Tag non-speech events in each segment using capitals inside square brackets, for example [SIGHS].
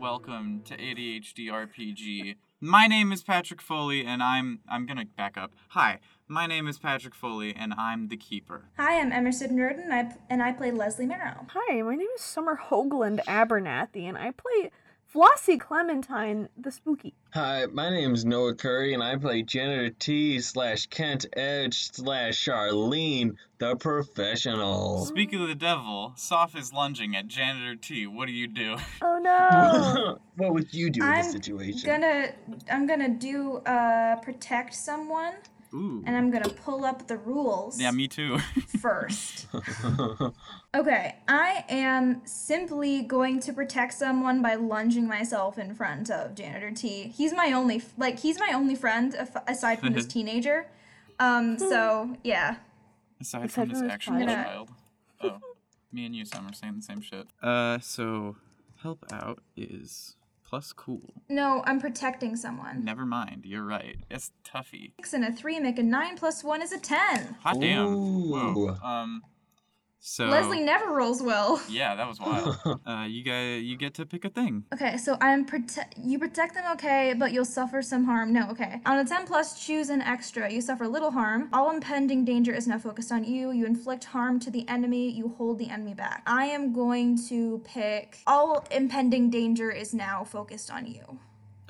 welcome to ADHD RPG. My name is Patrick Foley, and I'm I'm gonna back up. Hi, my name is Patrick Foley, and I'm the keeper. Hi, I'm Emerson Norden, and I, and I play Leslie Merrill. Hi, my name is Summer Hoagland Abernathy, and I play Flossie Clementine the Spooky. Hi, my name's Noah Curry, and I play Janitor T slash Kent Edge slash Charlene the Professional. Speaking of the devil, Soph is lunging at Janitor T. What do you do? Oh [LAUGHS] no! what would you do in I'm this situation? Gonna I'm gonna do uh protect someone, Ooh. and I'm gonna pull up the [LAUGHS] rules Yeah, me too. [LAUGHS] [LAUGHS] first. [LAUGHS] Okay, I am simply going to protect someone by lunging myself in front of Janitor T. He's my only f- like he's my only friend af- aside [LAUGHS] from this teenager. Um, so yeah. Aside Aside from this from his actual father. Yeah. child. Oh. [LAUGHS] Me and you, Sam, are saying the same shit. Uh, so help out is plus cool. No, I'm protecting someone. Never mind, you're right. It's toughy. Six and a three make a nine plus one is a ten. Hot damn. Ooh. Whoa. Um, so. Leslie never rolls well. Yeah, that was wild. [LAUGHS] uh, you guys, you get to pick a thing. Okay, so I'm protect. You protect them, okay, but you'll suffer some harm. No, okay. On a 10 plus, choose an extra. You suffer little harm. All impending danger is now focused on you. You inflict harm to the enemy. You hold the enemy back. I am going to pick. All impending danger is now focused on you.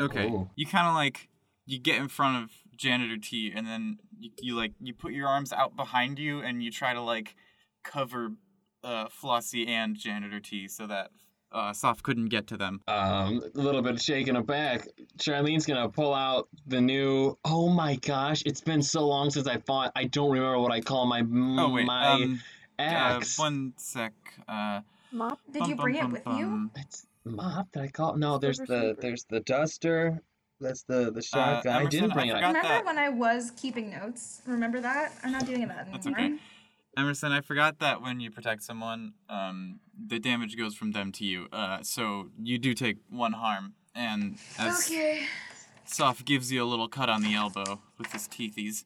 Okay. Ooh. You kind of like you get in front of janitor T, and then you, you like you put your arms out behind you, and you try to like cover uh, Flossie and janitor T so that uh, Soph couldn't get to them. Um, a little bit shaken aback. Charlene's gonna pull out the new. Oh my gosh! It's been so long since I fought. I don't remember what I call my Oh wait, Mm, my um, uh, axe. one sec. Uh, Mop. Did you bum, bring bum, it bum, with you? bum. It's mop that I call. No, there's Super the Sweeper. there's the duster. That's the the shotgun. I Uh, Emerson, didn't I bring it. forgot- up. Remember that. when I was keeping notes? Remember that? I'm not doing that anymore. That's okay. Emerson, I forgot that when you protect someone, um, the damage goes from them to you. Uh, so you do take one harm, and as Okay. Soph gives you a little cut on the elbow with his teethies.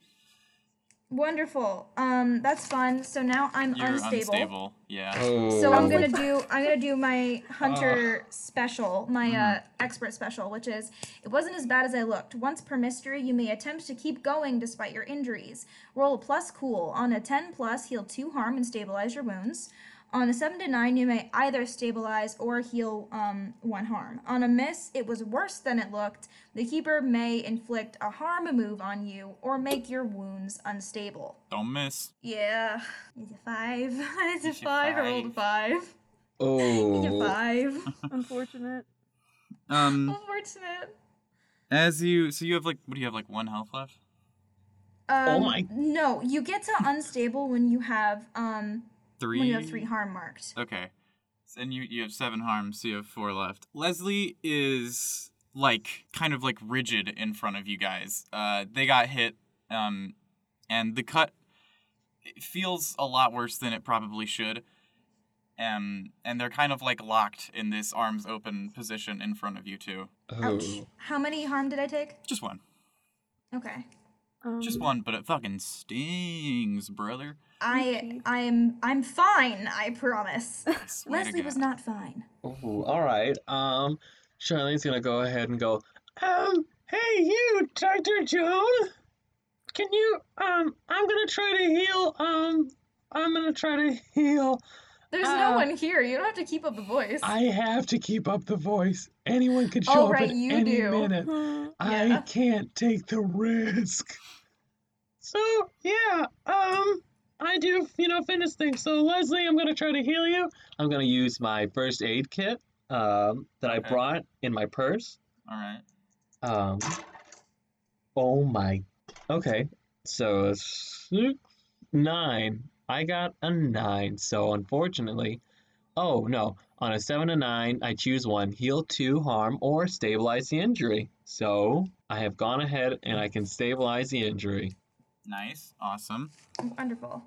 Wonderful. Um, that's fun. So now I'm You're unstable. Yeah. Oh. So I'm gonna do I'm gonna do my hunter special, my uh, expert special, which is it wasn't as bad as I looked. Once per mystery, you may attempt to keep going despite your injuries. Roll a plus cool on a ten plus, heal two harm and stabilize your wounds. On a seven to nine, you may either stabilize or heal um, one harm. On a miss, it was worse than it looked. The keeper may inflict a harm move on you or make your wounds unstable. Don't miss. Yeah. It's a five. [LAUGHS] It's a It's a five. I rolled a five. [LAUGHS] It's a Oh. five. [LAUGHS] Unfortunate. Um, Unfortunate. as you, so you have like, what do you have like one health left? Um, Oh my- No, you get to unstable when you have um Three. when you have three harm marked. Okay. And you you have seven harms, so you have four left. Leslie is like kind of like rigid in front of you guys. Uh, they got hit, um, and the cut it feels a lot worse than it probably should. Um, and they're kind of like locked in this arms open position in front of you two. Oh. Ouch. How many harm did I take? Just one, Okay. Um, just one, but it fucking stings, [LAUGHS] brother. I I'm I'm fine. I promise. [LAUGHS] I swear to Leslie was God. not fine. Ooh, all right. Um, Charlene's gonna go ahead and go. Um, hey, you, Doctor Joan. Can you? Um, I'm gonna try to heal. Um, I'm gonna try to heal. There's Uh, no one here. You don't have to keep up the voice. I have to keep up the voice. Anyone could Oh, show right, up at you any do. minute. Hmm. I Yeah. can't take the risk. So yeah, um, I do you know fitness things. So Leslie, I'm gonna try to heal you. I'm gonna use my first aid kit um, that I Okay. brought in my purse. All right. Um, oh my. Okay, so six, nine. I got a nine. So unfortunately, oh no. On a seven to nine, I choose one heal two harm or stabilize the injury. So I have gone ahead and I can stabilize the injury. Nice. Awesome. Wonderful.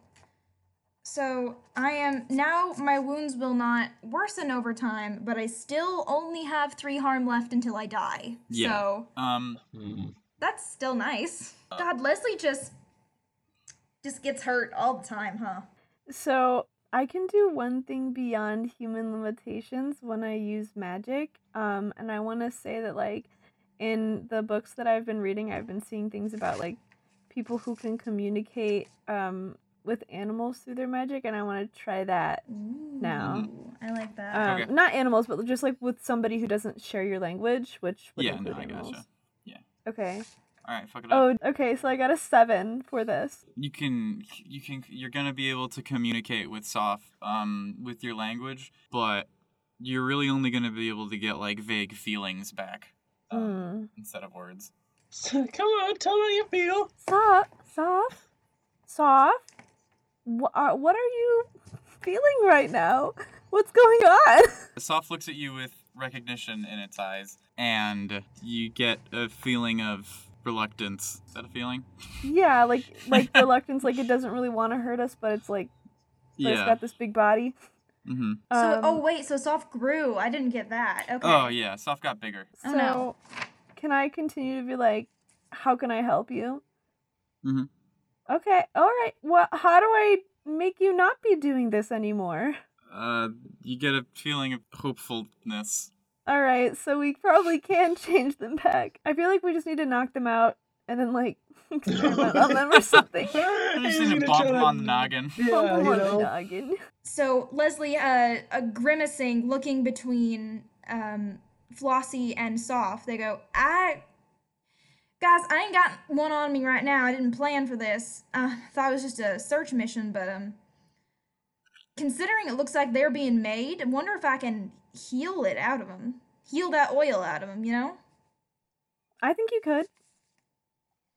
So I am now my wounds will not worsen over time, but I still only have three harm left until I die. Yeah. So Um. Hmm. that's still nice. God, Leslie just just gets hurt all the time, huh? [LAUGHS] So I can do one thing beyond human limitations when I use magic. Um, and I want to say that, like, in the books that I've been reading, I've been seeing things about, like, people who can communicate um, with animals through their magic. And I want to try that. Ooh, Now. I like that. Um, Okay. Not animals, but just, like, with somebody who doesn't share your language, which would Yeah, no, include I animals. gotcha. Yeah. Okay. All right, fuck it up. Oh, okay. So I got a seven for this. You can, you can, you're gonna be able to communicate with soft, um, with your language, but you're really only gonna be able to get like vague feelings back um, Mm. instead of words. Come on, tell me how you feel. Soft, soft, soft. What are, what are you feeling right now? [LAUGHS] What's going on? [LAUGHS] Soft looks at you with recognition in its eyes, and you get a feeling of reluctance. Is that a feeling? yeah, like [LAUGHS] like reluctance, like it doesn't really want to hurt us, but it's like but it's yeah. got this big body. mm-hmm. so, Um, oh wait, so soft grew. I didn't get that. Okay. Oh yeah, soft got bigger. Oh, so no. can I continue to be like, how can I help you? Mm-hmm. Mhm. Okay, all right. Well, how do I make you not be doing this anymore? Uh, you get a feeling of hopefulness. All right, so we probably can [LAUGHS] change them back. I feel like we just need to knock them out and then like [LAUGHS] experiment on them [LAUGHS] or something. [LAUGHS] I I'm [LAUGHS] just need to bump him on the noggin. Yeah, Bump 'em you on the know. noggin. So Leslie, uh, a grimacing, looking between um, Flossie and Soft, they go, "I, guys, I ain't got one on me right now. I didn't plan for this. Uh, thought it was just a search mission, but um, considering it looks like they're being made, I wonder if I can heal it out of them, heal that oil out of them. You know? I think you could.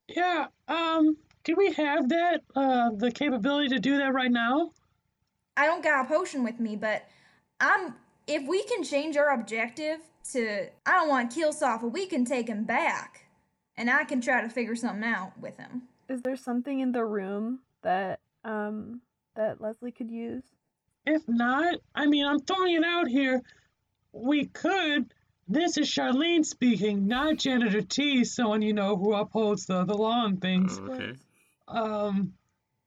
Yeah, um, do we have that, uh, the capability to do that right now? I don't got a potion with me, but I'm. If we can change our objective to, I don't want to kill Soft, but we can take him back, and I can try to figure something out with him. Is there something in the room that um that Leslie could use? If not, I mean, I'm throwing it out here. We could. This is Charlene speaking, not Janitor T, someone you know who upholds the, the law and things. Okay. Um,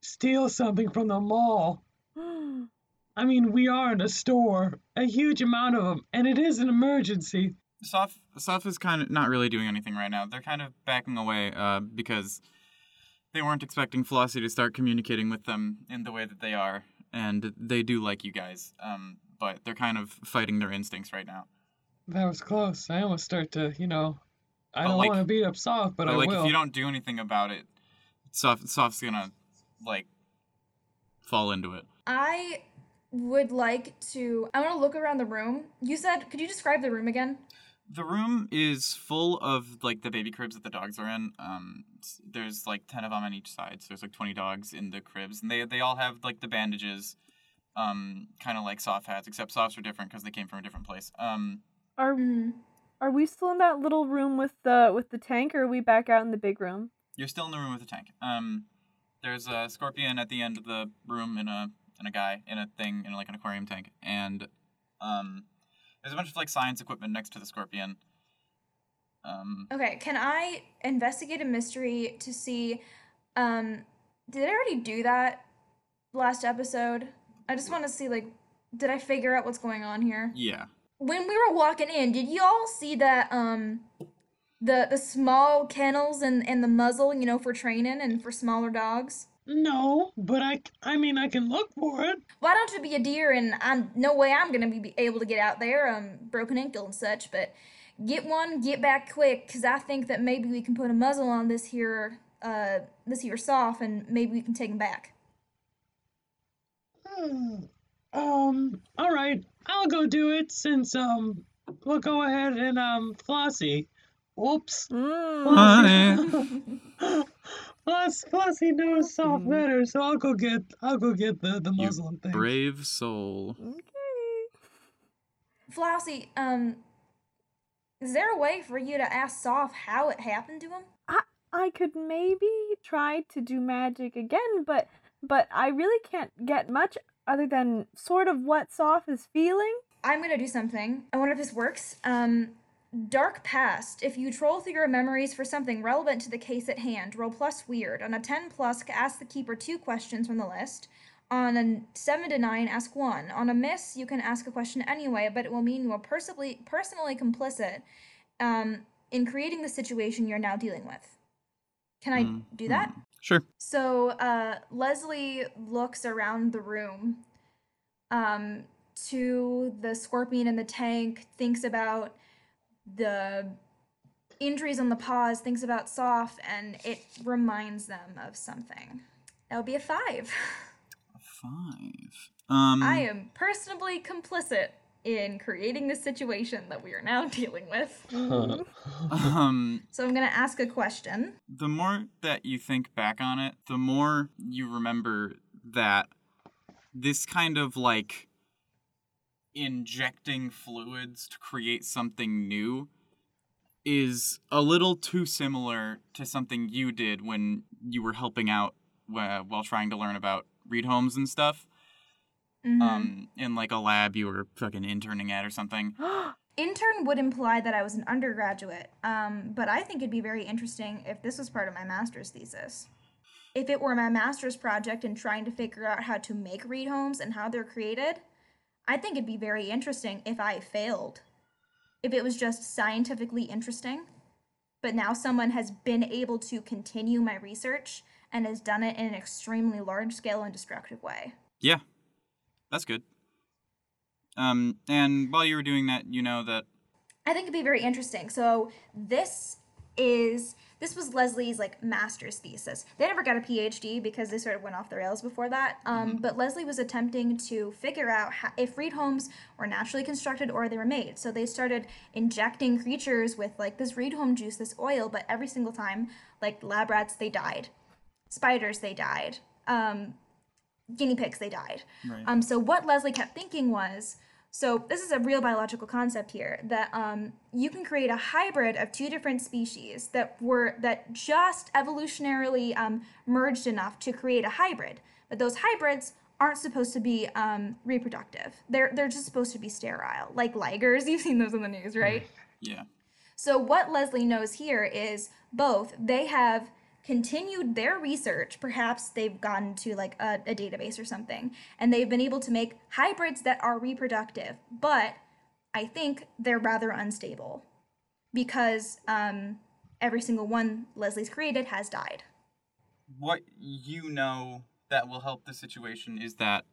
steal something from the mall. [GASPS] I mean, we are in a store, a huge amount of them, and it is an emergency. Soph, Soph is kind of not really doing anything right now. They're kind of backing away uh, because they weren't expecting Flossie to start communicating with them in the way that they are, and they do like you guys. Um, but they're kind of fighting their instincts right now. That was close. I almost start to, you know, I But don't like- want to beat up soft, but But I like, will. if you don't do anything about it, Soph, Soph's gonna like fall into it. I would like to. I want to look around the room. You said, could you describe the room again? The room is full of like the baby cribs that the dogs are in. Um, s- there's like ten of them on each side, so there's like twenty dogs in the cribs, and they they all have like the bandages, um, kind of like soft hats, except softs are different because they came from a different place. Um, Are Mm. are we still in that little room with the with the tank or are we back out in the big room? you're still in the room with the tank. Um, there's a scorpion at the end of the room and a and a guy in a thing in like an aquarium tank, and um, there's a bunch of like science equipment next to the scorpion. Um, Okay, can I investigate a mystery to see? Um, did I already do that last episode? I just want to see, like, did I figure out what's going on here? yeah. when we were walking in, did y'all see that um the the small kennels and and the muzzle, you know, for training and for smaller dogs? No, but I, c- I mean, I can look for it. Why don't you be a deer and I'm no way I'm gonna be able to get out there, um, broken ankle and such, but get one, get back quick, cause I think that maybe we can put a muzzle on this here uh this here soft and maybe we can take him back. Hmm. Um, all right, I'll go do it since, um, we'll go ahead and, um, Flossie. Whoops. Mm. Flossie. Floss, Flossie knows soft Flossie. better, so I'll go get, I'll go get the, the muzzle and thing. Brave soul. Okay. Flossie, um is there a way for you to ask Soph how it happened to him? I could maybe try to do magic again, but but I really can't get much other than sort of what Soph is feeling. I'm gonna do something. I wonder if this works. Um, dark past. If you troll through your memories for something relevant to the case at hand, roll plus weird. On a 10 plus, ask the keeper two questions from the list. On a 7 to 9, ask 1. On a miss, you can ask a question anyway, but it will mean you are personally, personally complicit um, in creating the situation you're now dealing with. Can I Mm, do that? Sure. So uh, Leslie looks around the room um, to the scorpion in the tank, thinks about the injuries on the paws, thinks about Soph, and it reminds them of something. That would be a five. [LAUGHS] Five. Um, I am personally complicit in creating the situation that we are now [LAUGHS] dealing with. Huh. [LAUGHS] Um, So I'm going to ask a question. the more that you think back on it, the more you remember that this kind of like injecting fluids to create something new is a little too similar to something you did when you were helping out uh, while trying to learn about read homes and stuff. Mhm. Um, in like a lab you were fucking interning at or something. Intern would imply that I was an undergraduate, um, but I think it'd be very interesting if this was part of my master's thesis. If it were my master's project and trying to figure out how to make read homes and how they're created, I think it'd be very interesting if I failed. If it was just scientifically interesting, but now someone has been able to continue my research and has done it in an extremely large scale and destructive way. Yeah, that's good. Um, and while you were doing that, you know that I think it'd be very interesting. So this is this was Leslie's like master's thesis. They never got a PhD because they sort of went off the rails before that. Um, But Leslie was attempting to figure out how, if reed homes were naturally constructed or they were made. So they started injecting creatures with like this reed home juice, this oil. But every single time, like lab rats, they died. Spiders, they died. Um, guinea pigs they died um, so what leslie kept thinking was so this is a real biological concept here that um, you can create a hybrid of two different species that were that just evolutionarily um, merged enough to create a hybrid but those hybrids aren't supposed to be um, reproductive they're they're just supposed to be sterile like ligers [LAUGHS] you've seen those on the news right yeah. so, what Leslie knows here is both they have continued their research, perhaps they've gone to like a, a database or something, and they've been able to make hybrids that are reproductive, but I think they're rather unstable because um, every single one Leslie's created has died. what you know that will help the situation is that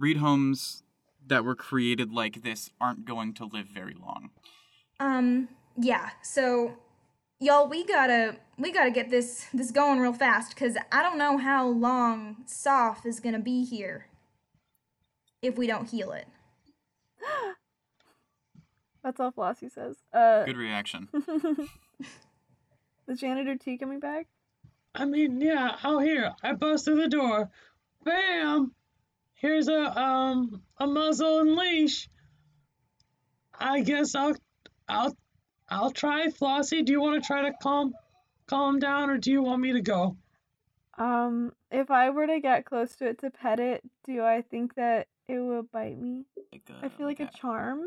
read homes that were created like this aren't going to live very long. Um, yeah. So, y'all, we gotta we gotta get this this going real fast because I don't know how long Soph is gonna be here if we don't heal it. [GASPS] That's all Flossie says. Uh, Good reaction. [LAUGHS] the janitor T coming back. I mean, yeah, out here, I bust through the door, bam! Here's a um a muzzle and leash. I guess I'll I'll I'll try Flossie. Do you want to try to calm calm down, or do you want me to go? Um, if I were to get close to it to pet it, do I think that it would bite me? Like, I feel like a that. charm.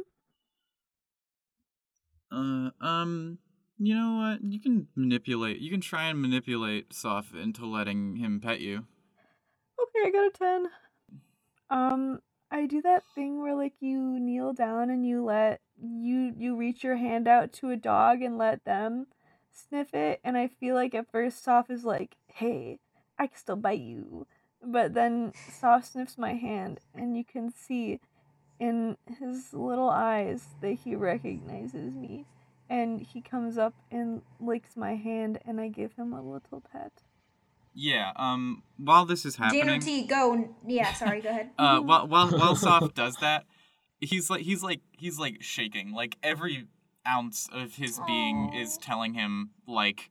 Uh, um, you know what? You can manipulate. You can try and manipulate Soph into letting him pet you. Okay, I got a ten. Um, I do that thing where like you kneel down and you let you you reach your hand out to a dog and let them sniff it, and I feel like at first Soph is like, "Hey, I can still bite you," but then Soph sniffs my hand, and you can see in his little eyes that he recognizes me, and he comes up and licks my hand, and I give him a little pet. Yeah. Um, while this is happening, Janitor T, go. Yeah, sorry. Go ahead. [LAUGHS] uh, while while while Soph does that, he's like he's like he's like shaking. Like every ounce of his being is Aw. telling him like,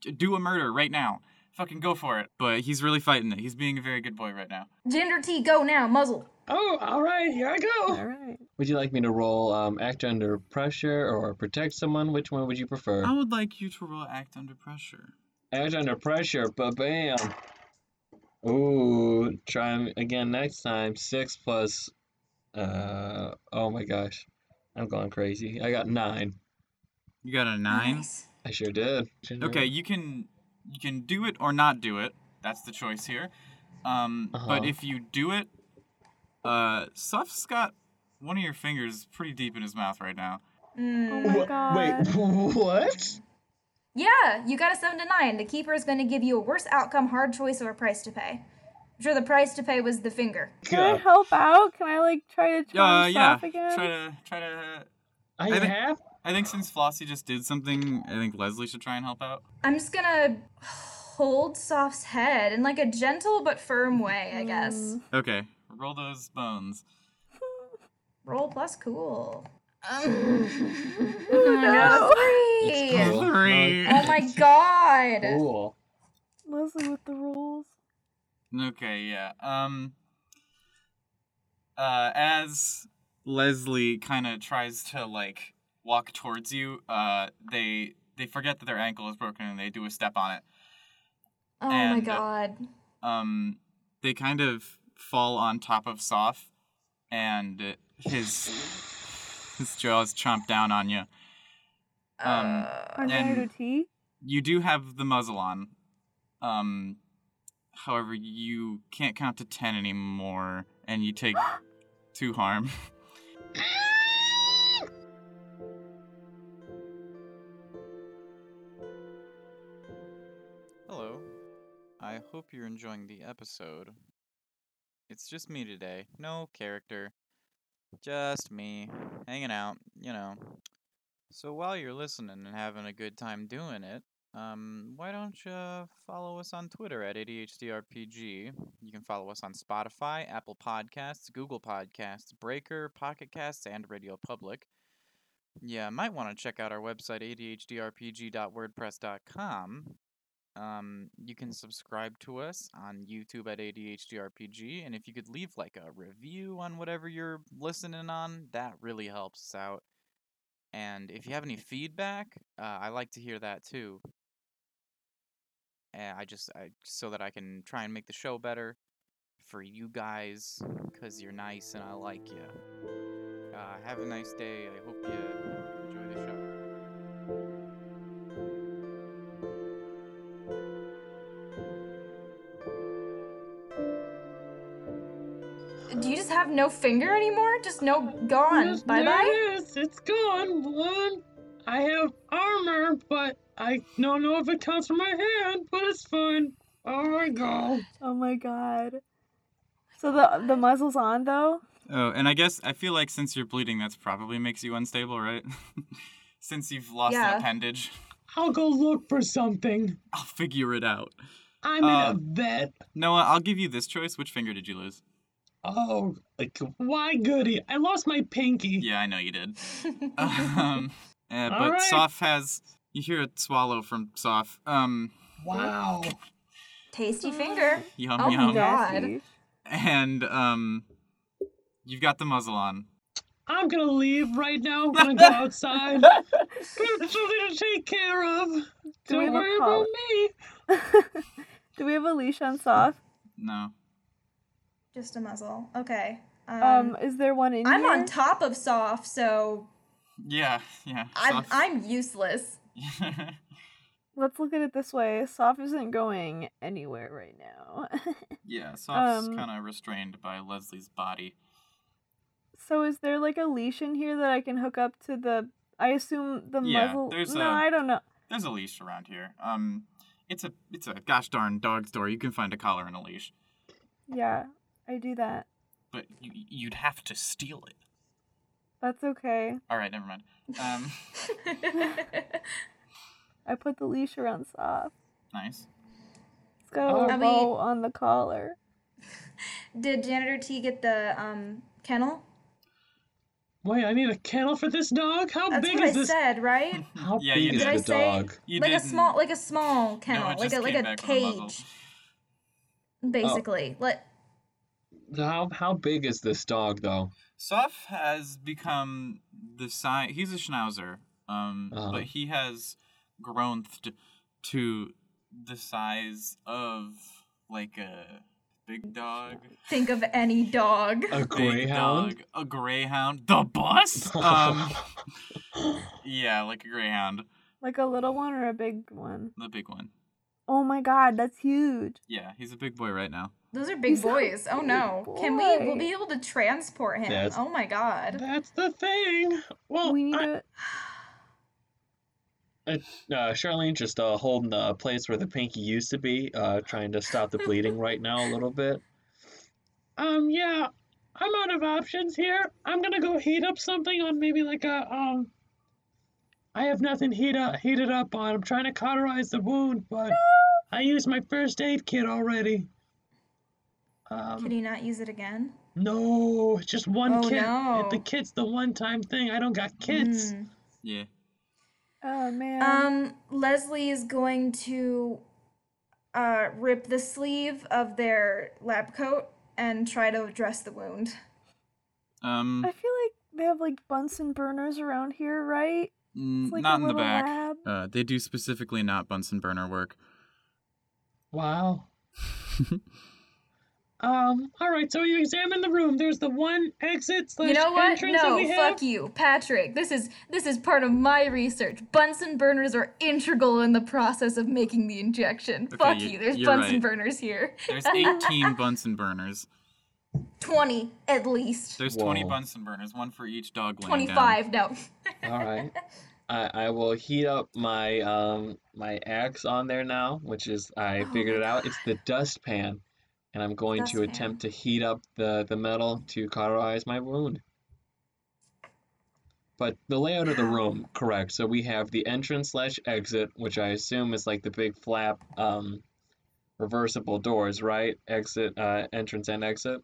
"D- do a murder right now, fucking go for it. But he's really fighting it. He's being a very good boy right now. Janitor T, go now. Muzzle. Oh, all right, here I All go. right. Would you like me to roll um, act under pressure or protect someone? Which one would you prefer? Um, I would like you to roll act under pressure. Act under pressure, ba bam. Ooh, try 'em again next time. Six plus, uh, oh my gosh, I'm going crazy. I got nine. You got a nine. Nice. I sure did. Okay, you can you can do it or not do it. That's the choice here. Um, Uh-huh. But if you do it, uh, Suff's got one of your fingers pretty deep in his mouth right now. Oh Mm. my Wha- god. Wait, [LAUGHS] what? Yeah, you got a seven to nine. The keeper is going to give you a worse outcome, hard choice, or a price to pay. I'm sure the price to pay was the finger. Can I help out? Can I like try to charm Uh, yeah. Soph again? Try to try to. I I think- have. I think since Flossie just did something, I think Leslie should try and help out. I'm just going to [SIGHS] hold Soft's head in like a gentle but firm way, I guess. Mm. Okay, roll those bones. Roll plus cool. Um, [LAUGHS] Oh, no. Three. It's cool. Three. Oh my god. Cool. Leslie Hmm, with the rules. Okay, yeah. Um uh as Leslie kind of tries to like walk towards you, uh they they forget that their ankle is broken and they do a step on it. Oh my And, uh, god. Um they kind of fall on top of Soph and his his jaws chomp down on you. um, Uh, And- I'm tired of tea. You do have the muzzle on. Um however, you can't count to 10 anymore and you take two harm. [LAUGHS] Hello. I hope you're enjoying the episode. It's just me today. No character. Just me. Hanging out, you know. So while you're listening and having a good time doing it, um, why don't you follow us on Twitter at ADHDRPG? You can follow us on Spotify, Apple Podcasts, Google Podcasts, Breaker, Pocket Casts, and Radio Public. Yeah, might want to check out our website, adhdrpg.wordpress.com. Um, you can subscribe to us on YouTube at ADHDRPG, and if you could leave like a review on whatever you're listening on, that really helps us out. And if you have any feedback, uh, I like to hear that too. And I just I, so that I can try and make the show better for you guys, cause you're nice and I like you. Uh, have a nice day. I hope you enjoy the show. do you just have no finger anymore? Just no gone. Yes, Bye bye. there it is. It's gone. One. I have armor, but I don't know if it counts for my hand, but it's fine. Oh my god. Oh my god. So the the muzzle's on though. Oh, and I guess I feel like since you're bleeding, that's probably makes you unstable, right? [LAUGHS] since you've lost Yeah. an appendage, [LAUGHS] I'll go look for something. I'll figure it out. I'm Uh, in a vet. Noah, I'll give you this choice. Which finger did you lose? Oh, like, why goody? I lost my pinky. Yeah, I know you [LAUGHS] did. [LAUGHS] um, uh, All but right. Soph has. You hear a swallow from Soph. Um, Wow. Tasty finger. yum Oh my yum. God. Nasty. And um, you've got the muzzle on. I'm gonna leave right now. [LAUGHS] I'm gonna go outside. Got something to take care of. we Don't have a worry about pol- me. Do we have a leash on Soph? No. Just a muzzle. Okay. Um, Um, is there one in I'm here? on top of soft, so Yeah, yeah. I'm Soph- I'm useless. [LAUGHS] Let's look at it this way. Soph isn't going anywhere right now. [LAUGHS] [LAUGHS] yeah, Soph's Um, kind of restrained by Leslie's body. so is there like a leash in here that I can hook up to the? I assume the Yeah, muzzle. there's no, a- I don't know. There's a leash around here. Um, it's a it's a gosh darn dog store. You can find a collar and a leash, Yeah, I do that. but you, you'd have to steal it. That's okay. All right, never mind. Um, [LAUGHS] I put the leash around Soph. nice. It's got a Oh. little Are we- bow on the collar. Did janitor T get the um kennel? Wait, I need a kennel for this dog? How That's big what I is this? said, right? How Yeah, you big did. is the Did I say- dog? You like a didn't- small, like a small kennel, No, it like just a like came a back with a muzzle. cage, basically. Like How how big is this dog though? Soph has become the size. He's a schnauzer, um, Uh-huh. but he has grown th- to the size of like a big dog, think of any dog. A greyhound? big dog, a greyhound, the [LAUGHS] bus. Um, yeah, like a greyhound, Like a little one or a big one? the big one. Oh my god, that's huge. Yeah, he's a big boy right now. Those are big He's a boys. Oh no. big Can we we'll boy. be able to transport him. Yes. Oh my god. That's the thing. Oh, Well, we need I- to. uh, Charlene just uh, holding the place where the pinky used to be, uh, trying to stop the bleeding right now a little bit. Um, yeah, I'm out of options here. I'm gonna go heat up something on maybe like a um. I have nothing heat up, heated up on. I'm trying to cauterize the wound, but I used my first aid kit already. Um, Can he not use it again? no, it's just one Oh, kit. It- The no. kit's the one-time thing. I don't got kits. Hmm. Yeah. Oh man. Um Leslie is going to uh rip the sleeve of their lab coat and try to dress the wound. Um, I feel like they have like Bunsen burners around here, right? mm, It's like a not in the little back. lab. Uh, they do specifically not Bunsen burner work. Wow. Um, all right, so you examine the room. There's the one exit slash You know what? entrance that No, we have. fuck you, Patrick. This is this is part of my research. Bunsen burners are integral in the process of making the injection. Okay, fuck you- you. There's you're Bunsen right. burners here. [LAUGHS] There's 18 Bunsen burners. 20 at least. There's 20 Whoa. Bunsen burners, one for each dog laying down. 25. No. All right. I, I will heat up my um my axe on there now, which is I Oh figured my it out. It's the dustpan, and I'm going to Dustpan. attempt to heat up the the metal to cauterize my wound. But the [GASPS] layout of the room, correct. So we have the entrance slash exit, which I assume is like the big flap um reversible doors, right? Exit, uh, entrance and exit.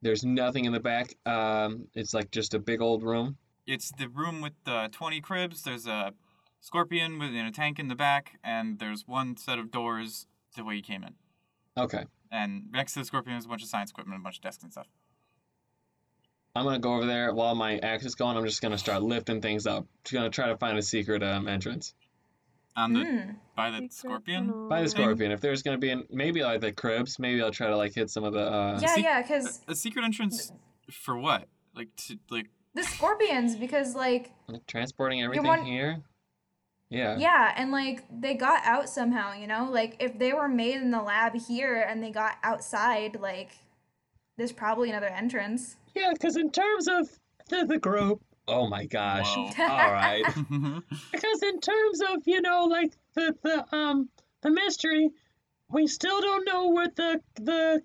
There's nothing in the back. Um, it's like just a big old room. It's the room with the 20 cribs. There's a scorpion with in a tank in the back, and there's one set of doors the way you came in. Okay. And next to the scorpion is a bunch of science equipment, a bunch of desks and stuff. I'm gonna go over there while my axe is going. I'm just gonna start lifting things up. Just gonna try to find a secret um, entrance On the Mm. by the Secret scorpion. tunnel. by the Thing. scorpion. If there's gonna be an, maybe like the cribs. Maybe I'll try to like hit some of the. Uh, Yeah, see- yeah, cuz A secret entrance for what? Like to like the scorpions because like Transporting everything want- here. Yeah. yeah, and like they got out somehow, you know? Like if they were made in the lab here and they got outside like there's probably another entrance. Yeah, because in terms of the, the group. Oh my gosh. [LAUGHS] Whoa. Mm-hmm. All [LAUGHS] right. Because in terms of, you know, like the, the um the mystery, we still don't know what the the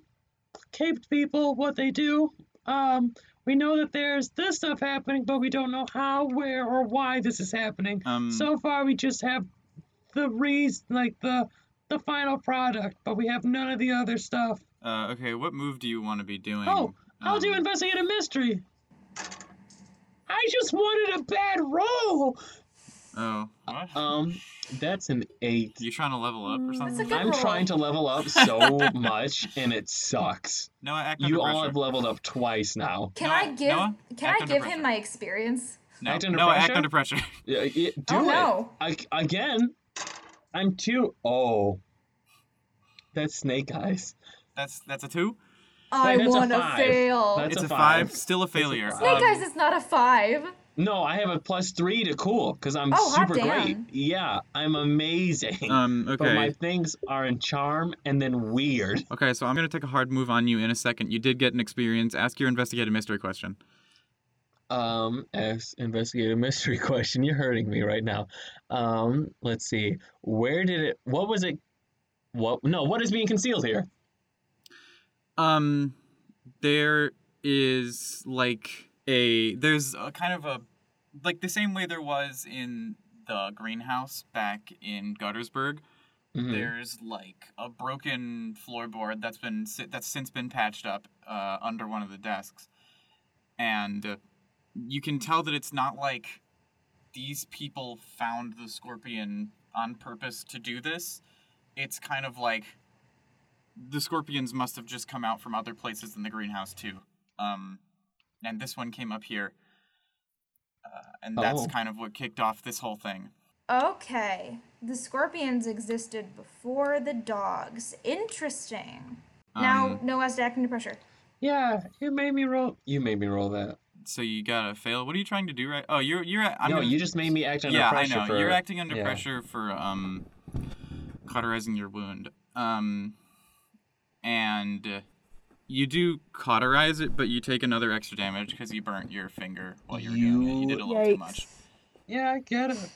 caped people what they do. Um we know that there's this stuff happening, but we don't know how, where, or why this is happening. um So far we just have the reason like the the final product, but we have none of the other stuff. uh, okay, what move do you want to be doing? Oh, I'll do Um, investigate a mystery. I just wanted a bad roll. Oh. What? Um, that's an eight. you trying to level up or Mm. something? That's a good I'm roll. trying to [LAUGHS] level up so much, and it sucks. No, I act You under all pressure. have leveled up twice now. Can Noah- I give Noah, can act I under give pressure. him my experience? no, act under no, I act pressure? under pressure. [LAUGHS] Yeah, yeah, do oh it no. Ag- again. I'm two. Oh, that's Snake Eyes. That's that's a two. I That's a want to five. fail. That's it's a a five. five. Still a failure. five. Snake Um, Eyes is not a five. No, I have a plus three to cool because I'm Oh, hot super great. damn. Yeah, I'm amazing. Um, But okay. my things are in charm and then weird. Okay, so I'm gonna take a hard move on you in a second. You did get an experience. Ask your investigative mystery question. Um, as investigate a mystery [LAUGHS] question. You're hurting me right now. Um, let's see. Where did it? What was it? What? No. What is being concealed here? Um, there is like a there's a kind of a like the same way there was in the greenhouse back in Guttersburg. Mhm. There's like a broken floorboard that's been si- that's since been patched up uh, under one of the desks, and uh, you can tell that it's not like these people found the scorpion on purpose to do this. It's kind of like the scorpions must have just come out from other places in the greenhouse too. Um, and this one came up here, uh, and that's Oh. kind of what kicked off this whole thing. Okay. The scorpions existed before the dogs. Interesting. now, Um, no has to act under pressure. Yeah, you made me roll. You made me roll that. So you gotta fail. What are you trying to do right? Oh, you're you're. at- I'm no, gonna- you just made me act under yeah, pressure I know. for. You're acting under yeah. pressure for um, cauterizing your wound. Um, and you do cauterize it, but you take another extra damage because you burnt your finger while you were doing it. You did a little too Yikes. much. Yeah, I get it.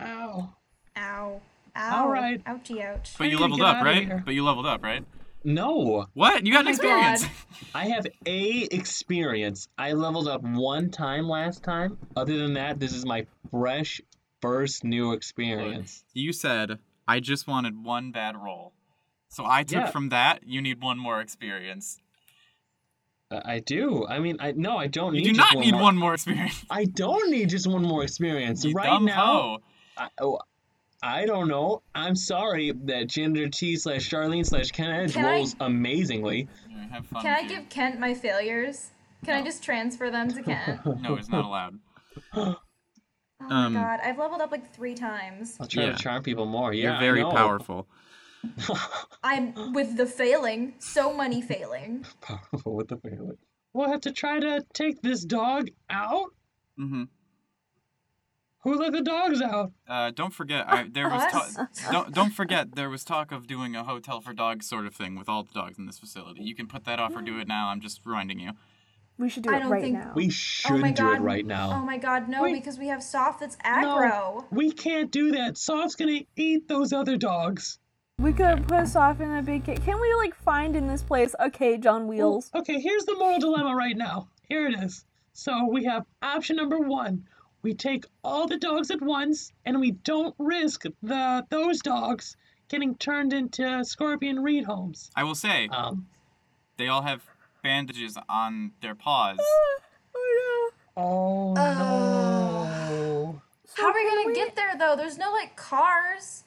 Ow. Ow. Ow. All right. Ouchie ouch. But you Hey, leveled get up, outta right? here. But you leveled up, right? No, What? You got an my experience. God. I have a experience. I leveled up one time last time. Other than that, this is my fresh first new experience. you said I just wanted one bad roll. So I took Yeah. from that you need one more experience. Uh, I I do. I mean, I no, I don't You need. do just not one need more. one more experience. I don't need just one more experience You right dumb now. hoe. I, oh, I don't know. I'm sorry that Ginger T slash Charlene slash Ken Edge Can I- rolls amazingly. Here, have um, fun. Can I with your- give Kent my failures? Can I just transfer them to [LAUGHS] Kent? oh No, it's not allowed. my Um, god, I've leveled up like three times. I'll try Yeah. to charm people more. Yeah, You're very I know. powerful. I'm with the failing, so many failing. [LAUGHS] Oh powerful with the family. We'll have to try to take this dog out. Mm-hmm. Who let the dogs out? Uh, don't forget, I, there was Us? [LAUGHS] ta- don't don't forget there was talk of doing a hotel for dogs sort of thing with all the dogs in this facility. You can put that off or do it now. I'm just reminding you. We should do I it don't right think- now. We oh my god. should do it right Oh now. my god, no, Wait. because we have soft that's aggro. We can't do that. Soft's gonna eat those other dogs. We could put us off in a big cage. Can we like find in this place a cage Oh, on wheels? Okay, here's the moral dilemma right now. Here it is. So we have option number one. We take all the dogs at once and we don't risk the those dogs getting turned into scorpion reed homes. I will say Um they all have bandages on their paws. Oh no. Oh Oh. no. How are we gonna get there though? There's no like cars.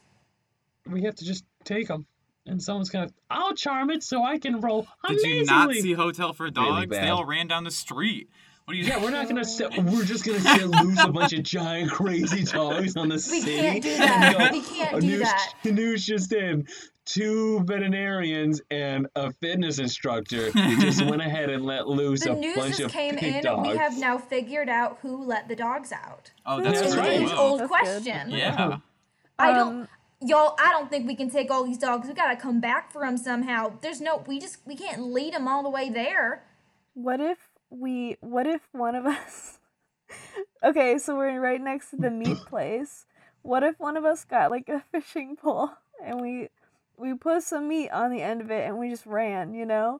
We have to just take them. And someone's gonna I'll charm it so I can roll. Did Oh, amazingly. you not see Hotel for Dogs? they bad. all ran down the street. What do you? Yeah, we're not [LAUGHS] gonna set. We're just gonna set loose a bunch of giant crazy dogs on the We city. can't [LAUGHS] do and that. go, We can't "Oh, do news, [LAUGHS] that. News just in. Two veterinarians and a fitness instructor just went ahead and let loose The a news bunch just of came big in dogs. and we have now figured out who let the dogs out. Oh, that's, That's It's That's true. right. Age Wow. old That's good. question. Yeah. I don't Um, y'all, I don't think we can take all these dogs. We gotta come back for them somehow. There's no we just we can't lead them all the way there. What if we? What if one of [LAUGHS] us? okay, so we're right next to the meat place. What if one of us got like a fishing pole and we we put some meat on the end of it and we just ran? You know,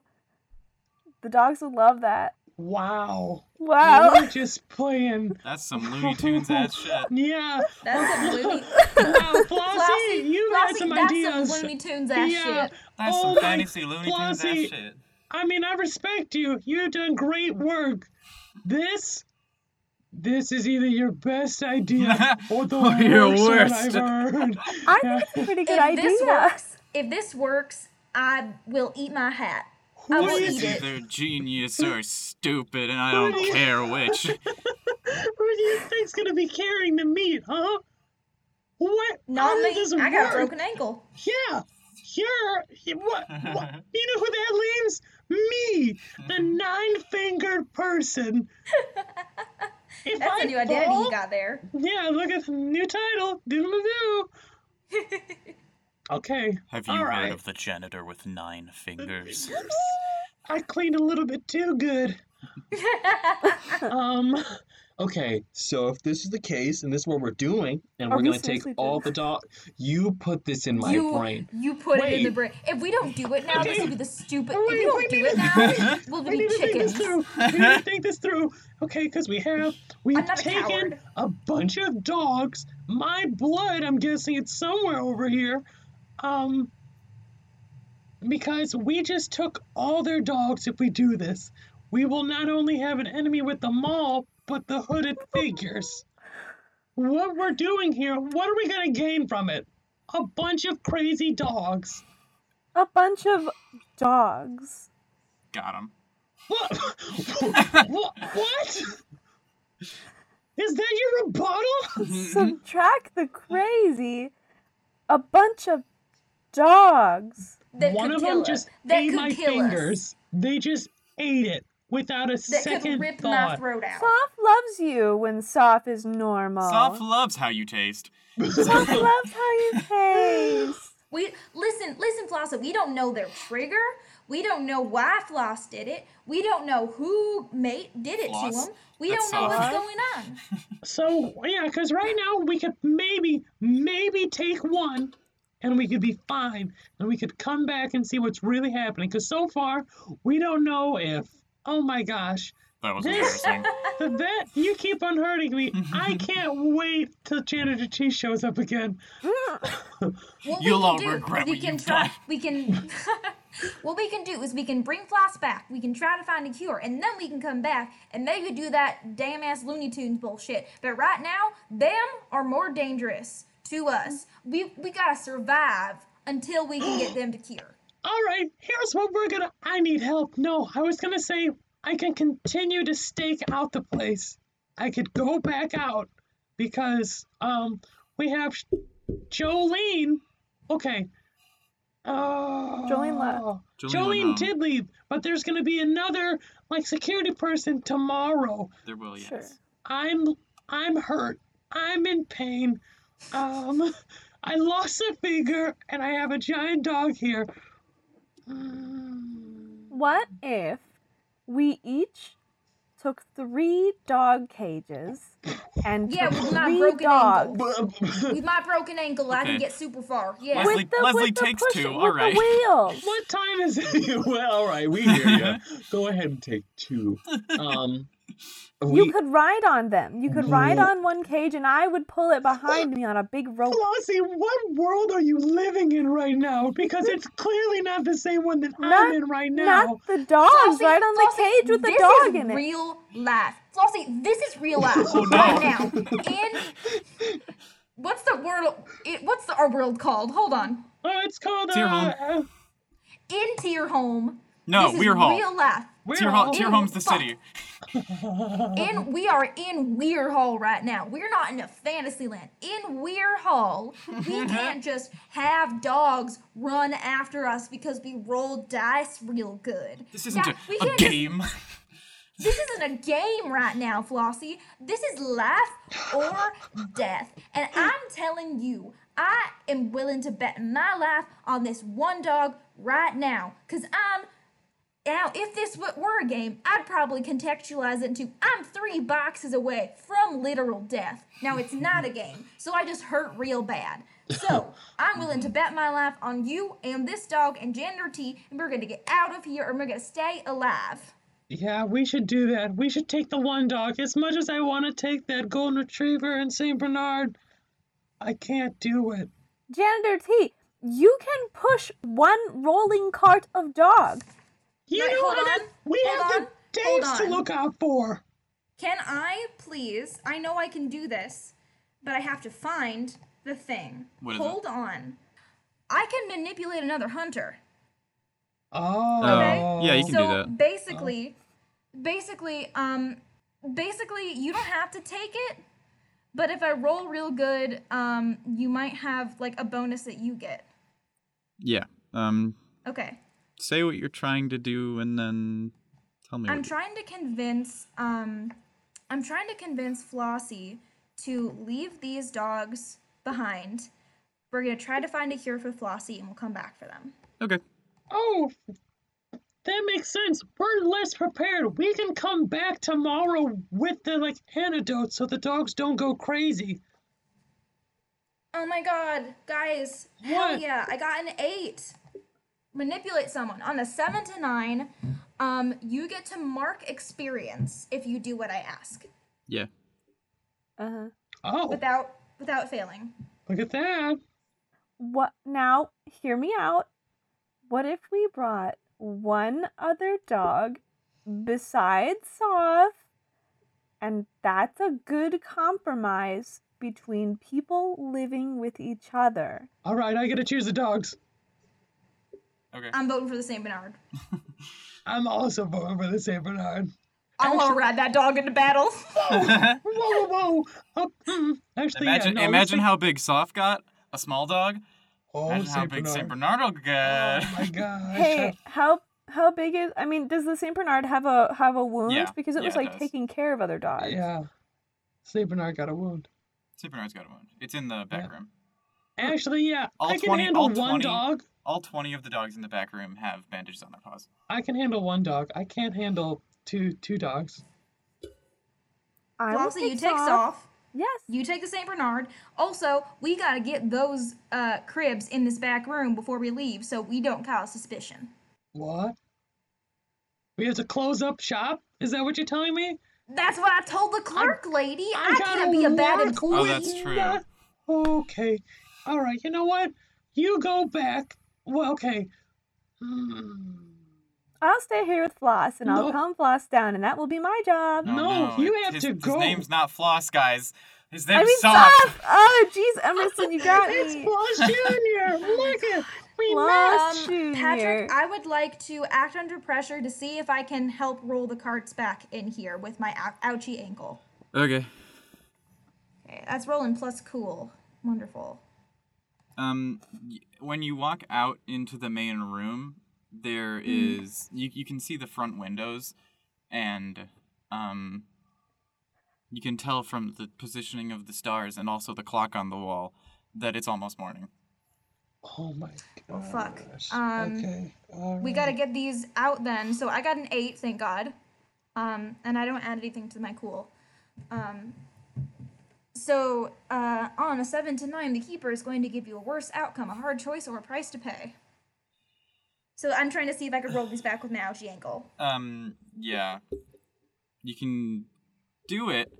the dogs would love that. Wow. We're Oh. [LAUGHS] Wow. just playing. That's some Looney Tunes ass shit. Yeah. That's [LAUGHS] some Looney [LAUGHS] Wow, Flossie, Flossie, you had Flossie, some that's ideas. some Looney Tunes ass Yeah. shit. That's Oh some my- fantasy Looney Tunes ass Flossie. shit. I mean, I respect you. You've done great work. This, this is either your best idea [LAUGHS] or the Or your worst, one worst. [LAUGHS] I've heard. [LAUGHS] I think it's a pretty good if idea. this works, if this works, I will eat my hat. I Who will is eat It's it. either genius or stupid, and I don't care which. Who do you think's gonna be carrying the meat, huh? What? Not How me. does this I got a work? broken ankle. Yeah. You're you- what, what? You know who that leaves? Me, the nine-fingered [LAUGHS] person. If That's I a new identity fall, you got there. Yeah, look at the new title. Doodle-doo. [LAUGHS] okay. Have you all heard right. of the janitor with nine fingers? I cleaned a little bit [LAUGHS] too good. um. Okay, so if this is the case, and this is what we're doing, and Are we're we gonna take seriously all doing the dog, you put this in my you brain. you put it in the Wait. brain. If we don't do it now, this will be the stupid. if we Wait, don't wait, do wait, it now, [LAUGHS] we'll We be need to think chickens. this through. We [LAUGHS] need to think this through. Okay, because we have we've not a taken coward. a bunch of dogs. My blood, I'm guessing it's somewhere over here. Um because we just took all their dogs if we do this. We will not only have an enemy with the mall, but the hooded figures. What we're doing here, what are we gonna gain from it? A bunch of crazy dogs. a bunch of dogs. Got him. What? what? What? Is that your rebuttal? Subtract the crazy. A bunch of dogs. That One could of kill them us. just that ate could my kill fingers. us. They just ate it without a That second could rip my thought. throat out. Soph loves you when Soph is normal. Soph loves how you taste. [LAUGHS] Soph loves how you taste. We listen, listen, Flossa. We don't know their trigger. We don't know why Floss did it. We don't know who mate did it Floss? to him. We That's don't know soft. what's going on. So yeah, because right now we could maybe, maybe take one, and we could be fine, and we could come back and see what's really happening. Because so far we don't know if. Oh my gosh, That was This- embarrassing. the vet! You keep on hurting me. I can't wait till Janitor Cheese shows up again. What You'll we can all do regret is we what can you've try. done. We can. [LAUGHS] what we can do is we can bring Floss back. We can try to find a cure, and then we can come back and maybe do that damn ass Looney Tunes bullshit. But right now, them are more dangerous to us. We we gotta survive until we can get them to cure. All right, here's what we're gonna. I need help. No, I was gonna say I can continue to stake out the place. I could go back out because um we have Sh- Jolene. Okay. Oh. Jolene Jolene left. Jolene went home. did leave, but there's gonna be another like security person tomorrow. There will, yes. Sure. I'm I'm hurt. I'm in pain. Um, I lost a finger and I have a giant dog here. [LAUGHS] Mm. What if we each took three dog cages and Yeah, took with my three broken dogs ankle. With my broken ankle, I can Okay. get super far. Yeah. Leslie- with the with the takes push- two, with all right. the wheels? What time is it? [LAUGHS] well, all right, we hear you. [LAUGHS] Go ahead and take two. Um, we You could ride on them. You could ride on one cage, and I would pull it behind me on a big rope. Flossie, what world are you living in right now? Because it's clearly not the same one that I'm Not- in right now. Not the dogs. Flossie, ride on the Flossie, cage with the this dog is in it. Real life, Flossie. This is real life [LAUGHS] Oh, no. right now. In what's the world? It, what's the, our world called? Hold on. oh, it's called. Dear uh, home. uh, Into your home. No, this is Weir Hall. Real life. we're Tier, Hall, all- Tier Home's the Fuck. city. In we are in Weir Hall right now. We're not in a fantasy land. In Weir Hall, [LAUGHS] we can't just have dogs run after us because we rolled dice real good. This isn't Yeah, we a, a can't just game. This isn't a game right now, Flossie. This is life or death. And I'm telling you, I am willing to bet my life on this one dog right now. Because I'm. Now, if this w- were a game, I'd probably contextualize it into I'm three boxes away from literal death. Now, it's not a game, so I just hurt real bad. So, I'm willing to bet my life on you and this dog and Gender T, and we're gonna get out of here and we're gonna stay alive. Yeah, we should do that. We should take the one dog. As much as I want to take that golden retriever and St. Bernard, I can't do it. Janitor T, you can push one rolling cart of dog. You Right, know hold what? on, We hold have on, the hold dates to on. look out for. Can I please? I know I can do this, but I have to find the thing. What is it? Hold on. I can manipulate another hunter. Oh. Okay. yeah, you can so do that. basically, basically, um, basically, you don't have to take it. But if I roll real good, um, you might have like a bonus that you get. Yeah. Um, Okay. say what you're trying to do and then tell me. I'm what- trying to convince um I'm trying to convince Flossie to leave these dogs behind. We're gonna try to find a cure for Flossie and we'll come back for them. okay. Oh, that makes sense. We're less prepared. We can come back tomorrow with the like antidote so the dogs don't go crazy. Oh my god, guys, hell What? yeah, I got an eight. Manipulate someone. On a seven to nine, um, you get to mark experience if you do what I ask. Yeah. Uh Uh-huh. huh. Oh, Without without failing. look at that. What now? Hear me out. What if we brought one other dog besides Soph, and that's a good compromise between people living with each other. All right, I gotta choose the dogs. Okay. I'm voting for the St. Bernard. I'm also voting for the St. Bernard. I wanna ride that dog into battle. Whoa, whoa, whoa. [LAUGHS] Oh, mm. Actually, yeah, imagine no, let's imagine take- how big Soph got. A small dog. Oh, Imagine how Saint big St. Bernard. Bernardo got. Oh my gosh. Hey, how how big is? I mean, does the Saint Bernard have a have a wound? Yeah. Because it was Yeah, it like does. taking care of other dogs. Yeah. St. Bernard got a wound. St. Bernard's got a wound. It's in the back Yeah. room. Actually, yeah. All I can 20 handle all one 20. dog. All 20 of the dogs in the back room have bandages on their paws. I can handle one dog. I can't handle two two dogs. I will Flopsy, you fix takes off. Yes. You take the St. Bernard. Also, we gotta get those uh, cribs in this back room before we leave so we don't cause suspicion. What? We have to close up shop? Is that what you're telling me? That's what I told the clerk lady. I, got can't be a bad lot employee. Oh, that's with true. that. Okay. All right. You know what? You go back. Well, okay. Oh, Hmm. I'll stay here with Floss and No. I'll calm Floss down, and that will be my job. Oh, No, you have his, to His go. name's not Floss, guys. His I name's mean, Sop. stop! Oh, jeez, [LAUGHS] Emerson, you got It's me. Plus Junior. Look at we met. Floss Um, Patrick, Junior. I would like to act under pressure to see if I can help roll the carts back in here with my ou- ouchie ankle. Okay. Okay, that's rolling plus cool. Wonderful. Um, y- when you walk out into the main room, Hmm. there is you you can see the front windows, and um, you can tell from the positioning of the stars and also the clock on the wall that it's almost morning. Oh my god. fuck. Um, okay. We gotta get these out then. So I got an eight, thank God. Um, and I don't add anything to my cool. Um, so uh, on a seven to nine, the keeper is going to give you a worse outcome, a hard choice, or a price to pay. So I'm trying to see if I could roll these back with my ouchie ankle. Um, yeah, you can do it,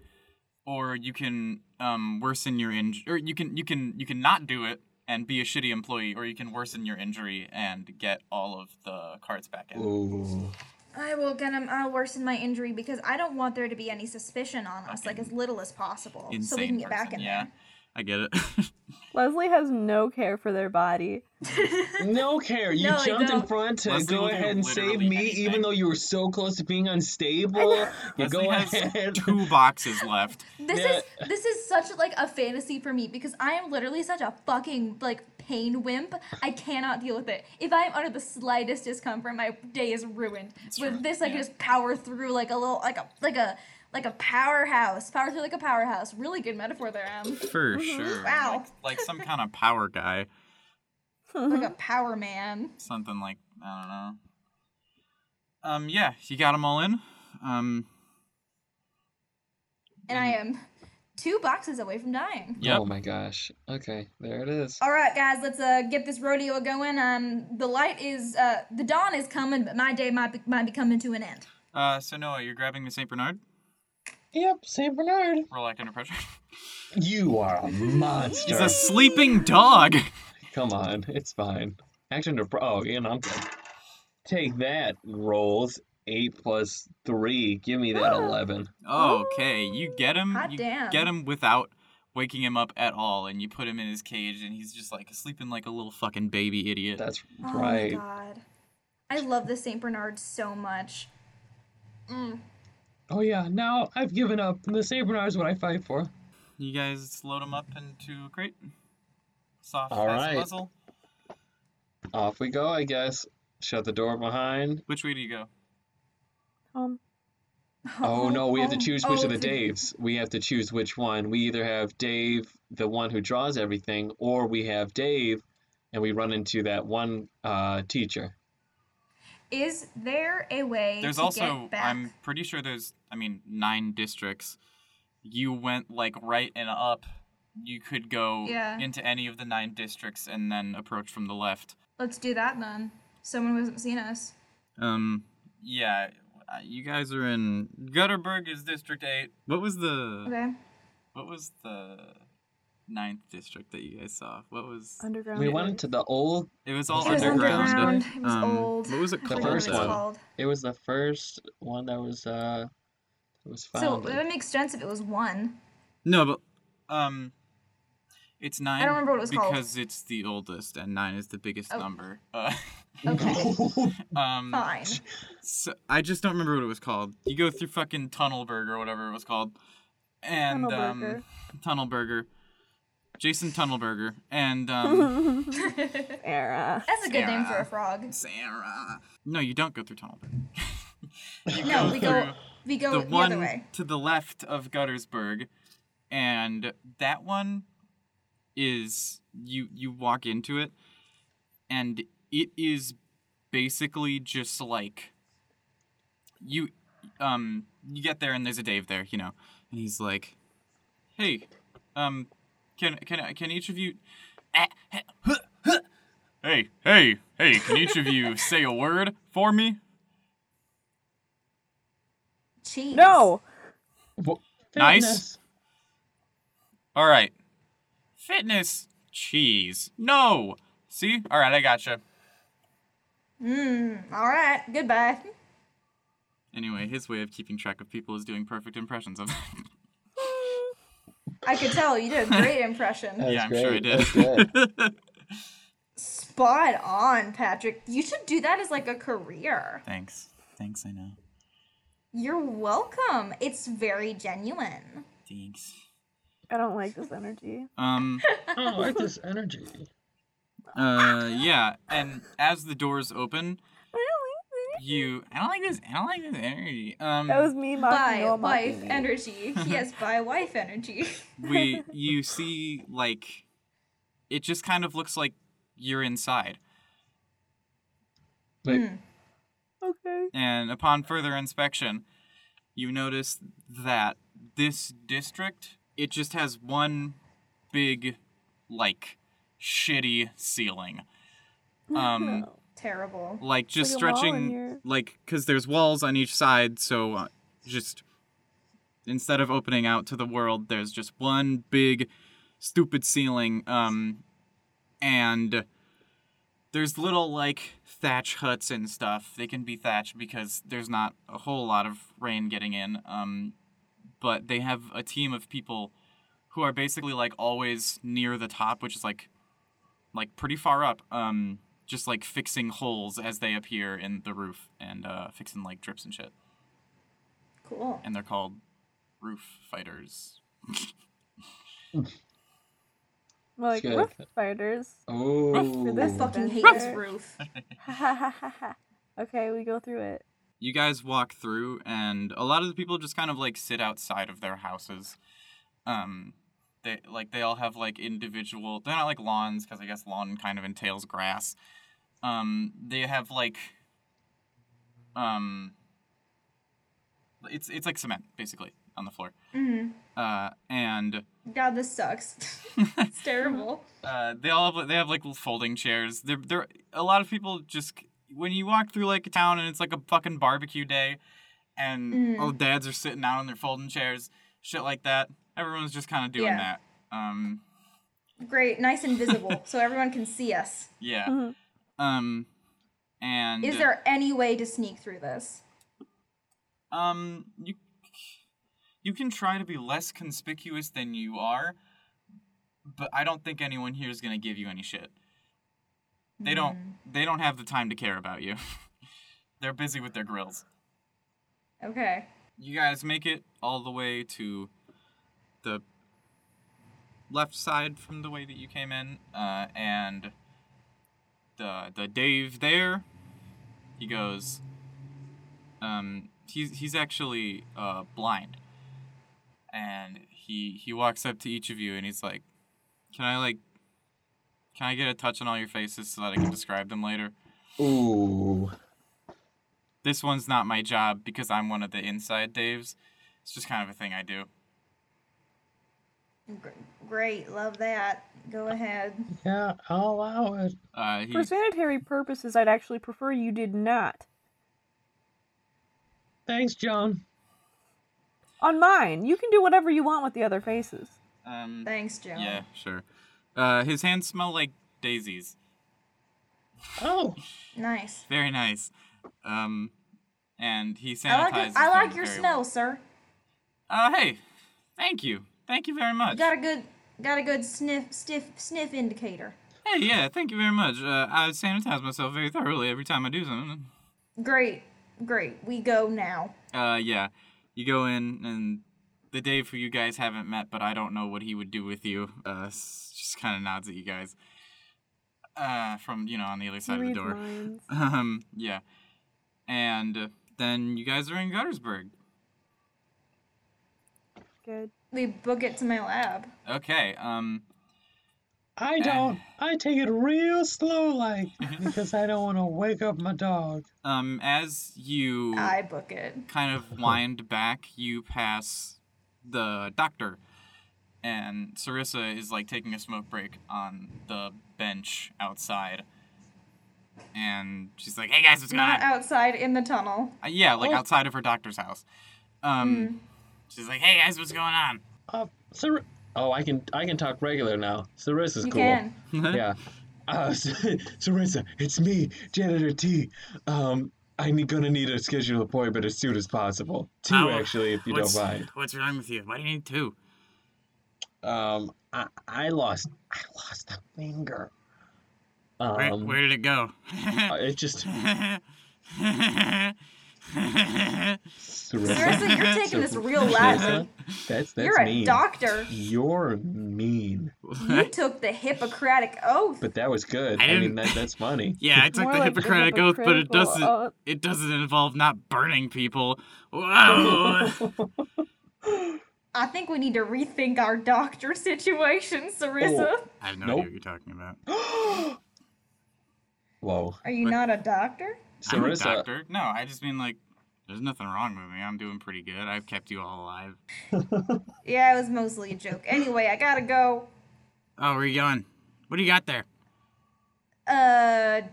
or you can um worsen your injury, or you can you can you can not do it and be a shitty employee, or you can worsen your injury and get all of the cards back in. Ooh. I will get him. I'll worsen my injury because I don't want there to be any suspicion on us, like as little as possible, insane so we can get back person, in yeah. there. I get [LAUGHS] it. Leslie has no care for their [LAUGHS] body. No care. [LAUGHS] You No, I jumped in don't. front to Leslie go will do ahead and save literally me, even anything. though you were so close to being unstable. You Leslie go has ahead. two boxes left. This is this is such like a fantasy for me because I am literally such a fucking like pain wimp. I cannot deal with it. If I am under the slightest discomfort, my day is ruined. with true, this, I can yeah. just power through like a little like a like a like a powerhouse. Power through like a powerhouse. Really good metaphor there, Em. For [LAUGHS] sure. Wow. Like, like some kind of power guy. like a power man. Something like, I don't know. Um, yeah, you got them all in. Um, And I am two boxes away from dying. yep. Oh my gosh. Okay, there it is. All right, guys, let's uh, get this rodeo going. Um, the light is uh, the dawn is coming, but my day might be, might be coming to an end. Uh, so Noah, you're grabbing the St. Bernard. Yep, Saint Bernard. Roll act under pressure. [LAUGHS] You are a monster. He's a sleeping dog. Come on, it's fine. Action to pro. Oh, you know, I'm good. Take that, rolls. Eight plus three. Give [GASPS] me that eleven. Okay, you get him. Hot you damn. Get him without waking him up at all, and you put him in his cage, and he's just like sleeping like a little fucking baby idiot. That's Oh right. my god, I love the Saint Bernard so much. Mm. Oh yeah. Now I've given up. The Saint Bernard is what I fight for. You guys load them up into a crate. Soft All as a right. muzzle. Off we go, I guess. Shut the door behind. Which way do you go? [LAUGHS] Um, Oh no, we have to choose which oh, of the the- Daves. We have to choose which one. We either have Dave, the one who draws everything, or we have Dave, and we run into that one uh, teacher. Is there a way? There's to also get back? I'm pretty sure there's I mean nine districts. You went like right and up. You could go Yeah. into any of the nine districts and then approach from the left. Let's do that then. Someone who hasn't seen us. Um yeah, uh, you guys are in Gutterberg is district 8. What was the Okay. what was the ninth district that you guys saw? What was underground. We went place. [LAUGHS] into the old. It was all It was underground. underground. It was um, old. What was it I called? forget what first it's one. called. It was the first one that was uh, that was So founded. it would make sense if it was one. No, but um, it's nine. remember what it was because called. Oh. it's the oldest, and nine is the biggest number. Uh, [LAUGHS] [LAUGHS] Okay. um, Fine. [LAUGHS] so I just don't remember what it was called. You go through fucking Tunnelberg or whatever it was called, and um, Tunnelberger. Tunnelberger, Jason Tunnelberger, and [LAUGHS] um, Era. That's a good name for Sarah. a frog. Sarah. No, you don't go through Tunnelberg. [LAUGHS] You No, we go through- we go the the, one other way. to the left of Guttersburg, and that one is you you walk into it and it is basically just like you um you get there and there's a Dave there, you know. And he's like, "Hey, um can can can each of you eh, Hey, hey, hey, can each of you say a word for me?" Cheese. No. Wh- Nice. Fitness. All right. Fitness cheese. No. See? All right, I gotcha. Mm, all right. Goodbye. Anyway, his way of keeping track of people is doing perfect impressions of them. I could tell you did a great impression. [LAUGHS] That's yeah, I'm sure I great, did. that's good. Spot on, Patrick. You should do that as like a career. [LAUGHS] Thanks. Thanks, I know. You're welcome. It's very genuine. Thanks. I don't like this energy. Um I don't like this Oh, energy. uh yeah, and as the doors open, I don't like this. you I don't like this I don't like this energy. Um That was me mocking By Noah wife mocking me. energy. He has by wife energy. [LAUGHS] we you see like it just kind of looks like you're inside. Wait, Hmm, Okay. And upon further inspection, you notice that this district, it just has one big, like, shitty ceiling. Um, [LAUGHS] No. Terrible. Like, just Like a wall in stretching, your- like, because there's walls on each side, so uh, just instead of opening out to the world, there's just one big, stupid ceiling. Um, and there's little like thatch huts and stuff. They can be thatched because there's not a whole lot of rain getting in. Um, but they have a team of people who are basically like always near the top, which is like like pretty far up. Um, just like fixing holes as they appear in the roof and uh, fixing like drips and shit. Cool. And they're called roof fighters. Well, like It's good. roof fighters. [LAUGHS] Oh. this I fucking hate Roof. this roof. okay, we go through it. you guys walk through and a lot of the people just kind of like sit outside of their houses um they like they all have like individual they're not like lawns because i guess lawn kind of entails grass um they have like um it's it's like cement basically on the floor Mm. uh and God, this sucks. [LAUGHS] it's terrible. uh, they all have they have like little folding chairs. They're they're a lot of people just when you walk through like a town and it's like a fucking barbecue day, and Mm. old dads are sitting out on their folding chairs, shit like that. Everyone's just kind of doing Yeah. that. Um, Great, nice and visible, so everyone can see us. yeah. Mhm. Um, and Mm-hmm. Is there any way to sneak through this? um you you can try to be less conspicuous than you are, but I don't think anyone here is gonna give you any shit. They don't Mm. they don't have the time to care about you. [LAUGHS] They're busy with their grills. Hmm, Okay. you guys make it all the way to the left side from the way that you came in, uh, and the the Dave there, he goes. Um, he's he's actually uh, blind, and he he walks up to each of you and he's like, "Can I like, can I get a touch on all your faces so that I can describe them later?" Ooh. This one's not my job because I'm one of the inside Daves. It's just kind of a thing I do. Gr- great, love that. Go ahead. Yeah, I'll allow it. Uh, he, For sanitary purposes, I'd actually prefer you did not. Thanks, John. On mine, you can do whatever you want with the other faces. um, Thanks, Joan. yeah, sure. Uh, his hands smell like daisies. Oh, Nice. Very nice. Um, and he sanitizes. I like, it- I like them your very smell, well. sir. Uh, hey, thank you, thank you very much. You got a good, got a good sniff, stiff, sniff indicator. Hey, yeah, thank you very much. Uh, I sanitize myself very thoroughly every time I do something. Great, great. We go now. Uh, yeah, you go in and the Dave who you guys haven't met, but I don't know what he would do with you. Uh, s- just kind of nods at you guys. Uh, from you know on the other He side of the reads door. minds. Um, yeah. And uh, then you guys are in Guttersburg. Good. We book it to my lab. Okay. Um I don't. I take it real slow, [LAUGHS] like, because I don't want to wake up my dog. Um, as you I book it. kind [LAUGHS] of wind back, you pass the doctor, and Sarissa is like taking a smoke break on the bench outside, and she's like, "Hey guys, what's going Not on?" outside in the tunnel. Uh, yeah, like Oh. outside of her doctor's house. Hmm. Um, she's like, "Hey guys, what's going on?" Uh, Sar- oh, I can. I can talk regular now. Sarissa's You cool. can. Mm-hmm. yeah. Uh, [LAUGHS] Sarissa, it's me, Janitor T. Um, I'm gonna need a scheduled appointment as soon as possible. Two, Oh, actually, if you don't what's, mind. What's wrong with you? Why do you need two? Um, I, I lost. I lost a finger. Um, Where, where did it go? uh, [LAUGHS] it just. Sarissa, Seriously, [LAUGHS] you're taking this real loudly. Sarissa, That's that's You're a mean. [LAUGHS] doctor. You're mean. You took the Hippocratic oath. But that was good. I I, mean, didn't- that, [GASPS] that's funny. yeah, I took More the like Hippocratic oath, but it hypocritical doesn't. oath. It doesn't involve not burning [LAUGHS] people. Whoa! I think we need to rethink our doctor [LAUGHS] situation, Sarissa. I have no Nope. idea what you're talking about. Whoa. Are you not a doctor? I'm a Sarissa, doctor. No, I just mean like, there's nothing wrong with me. I'm doing pretty good. I've kept you all alive. Yeah, it was mostly a joke. Anyway, I gotta go. Oh, where are you going? What do you got there? Uh,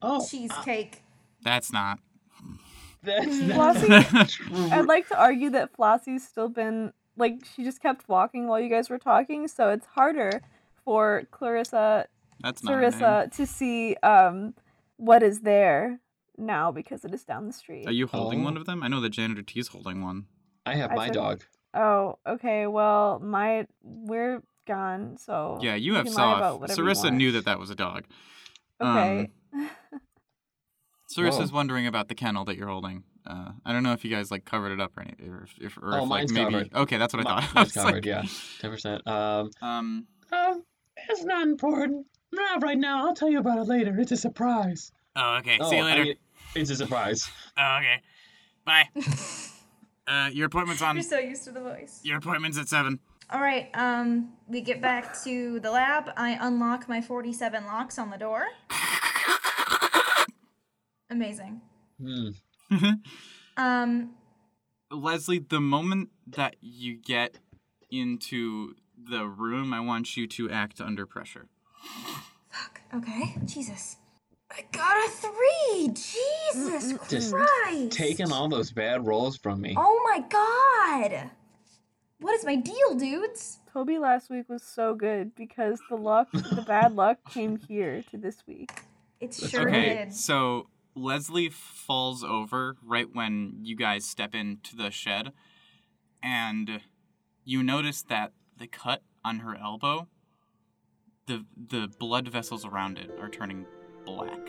oh, cheesecake. That's not. [LAUGHS] that's not Flossie, [LAUGHS] true. I'd like to argue that Flossie's still been like she just kept walking while you guys were talking, so it's harder for Clarissa That's not. her name. Sarissa to see um what is there now because it is down the street. Are you holding Oh. one of them? I know the janitor T's holding one. I have I my said- dog. oh, okay. Well, my we're gone, so Yeah, you have can lie about soft. whatever you Sarissa want. knew that that was a dog. Um, Okay. [LAUGHS] Sarissa's Whoa. wondering about the kennel that you're holding. Uh, I don't know if you guys like covered it up or any, or if, if, or Oh, if like mine's maybe. covered. Okay, that's what Mi- I thought. [LAUGHS] I mine's was covered, like- yeah. 10%. Um, Um, um, it's not important. Not right now. I'll tell you about it later. It's a surprise. oh, okay. oh, See you I later. mean, it's a surprise. Oh, okay. [LAUGHS] Bye. uh, your appointment's on. You're so used to the voice. Your appointment's at seven. All right, um, we get back to the lab. I unlock my 47 locks on the door. Amazing. Hmm. Um, Leslie, the moment that you get into the room, I want you to act under pressure. fuck, okay, Jesus. I got a three! Jesus Just Christ! Taking all those bad rolls from me. Oh my god! What is my deal, dudes? Toby last week was so good because the luck, the bad luck came here to this week. It sure okay, did. so Leslie falls over right when you guys step into the shed, and you notice that the cut on her elbow, the the blood vessels around it are turning black.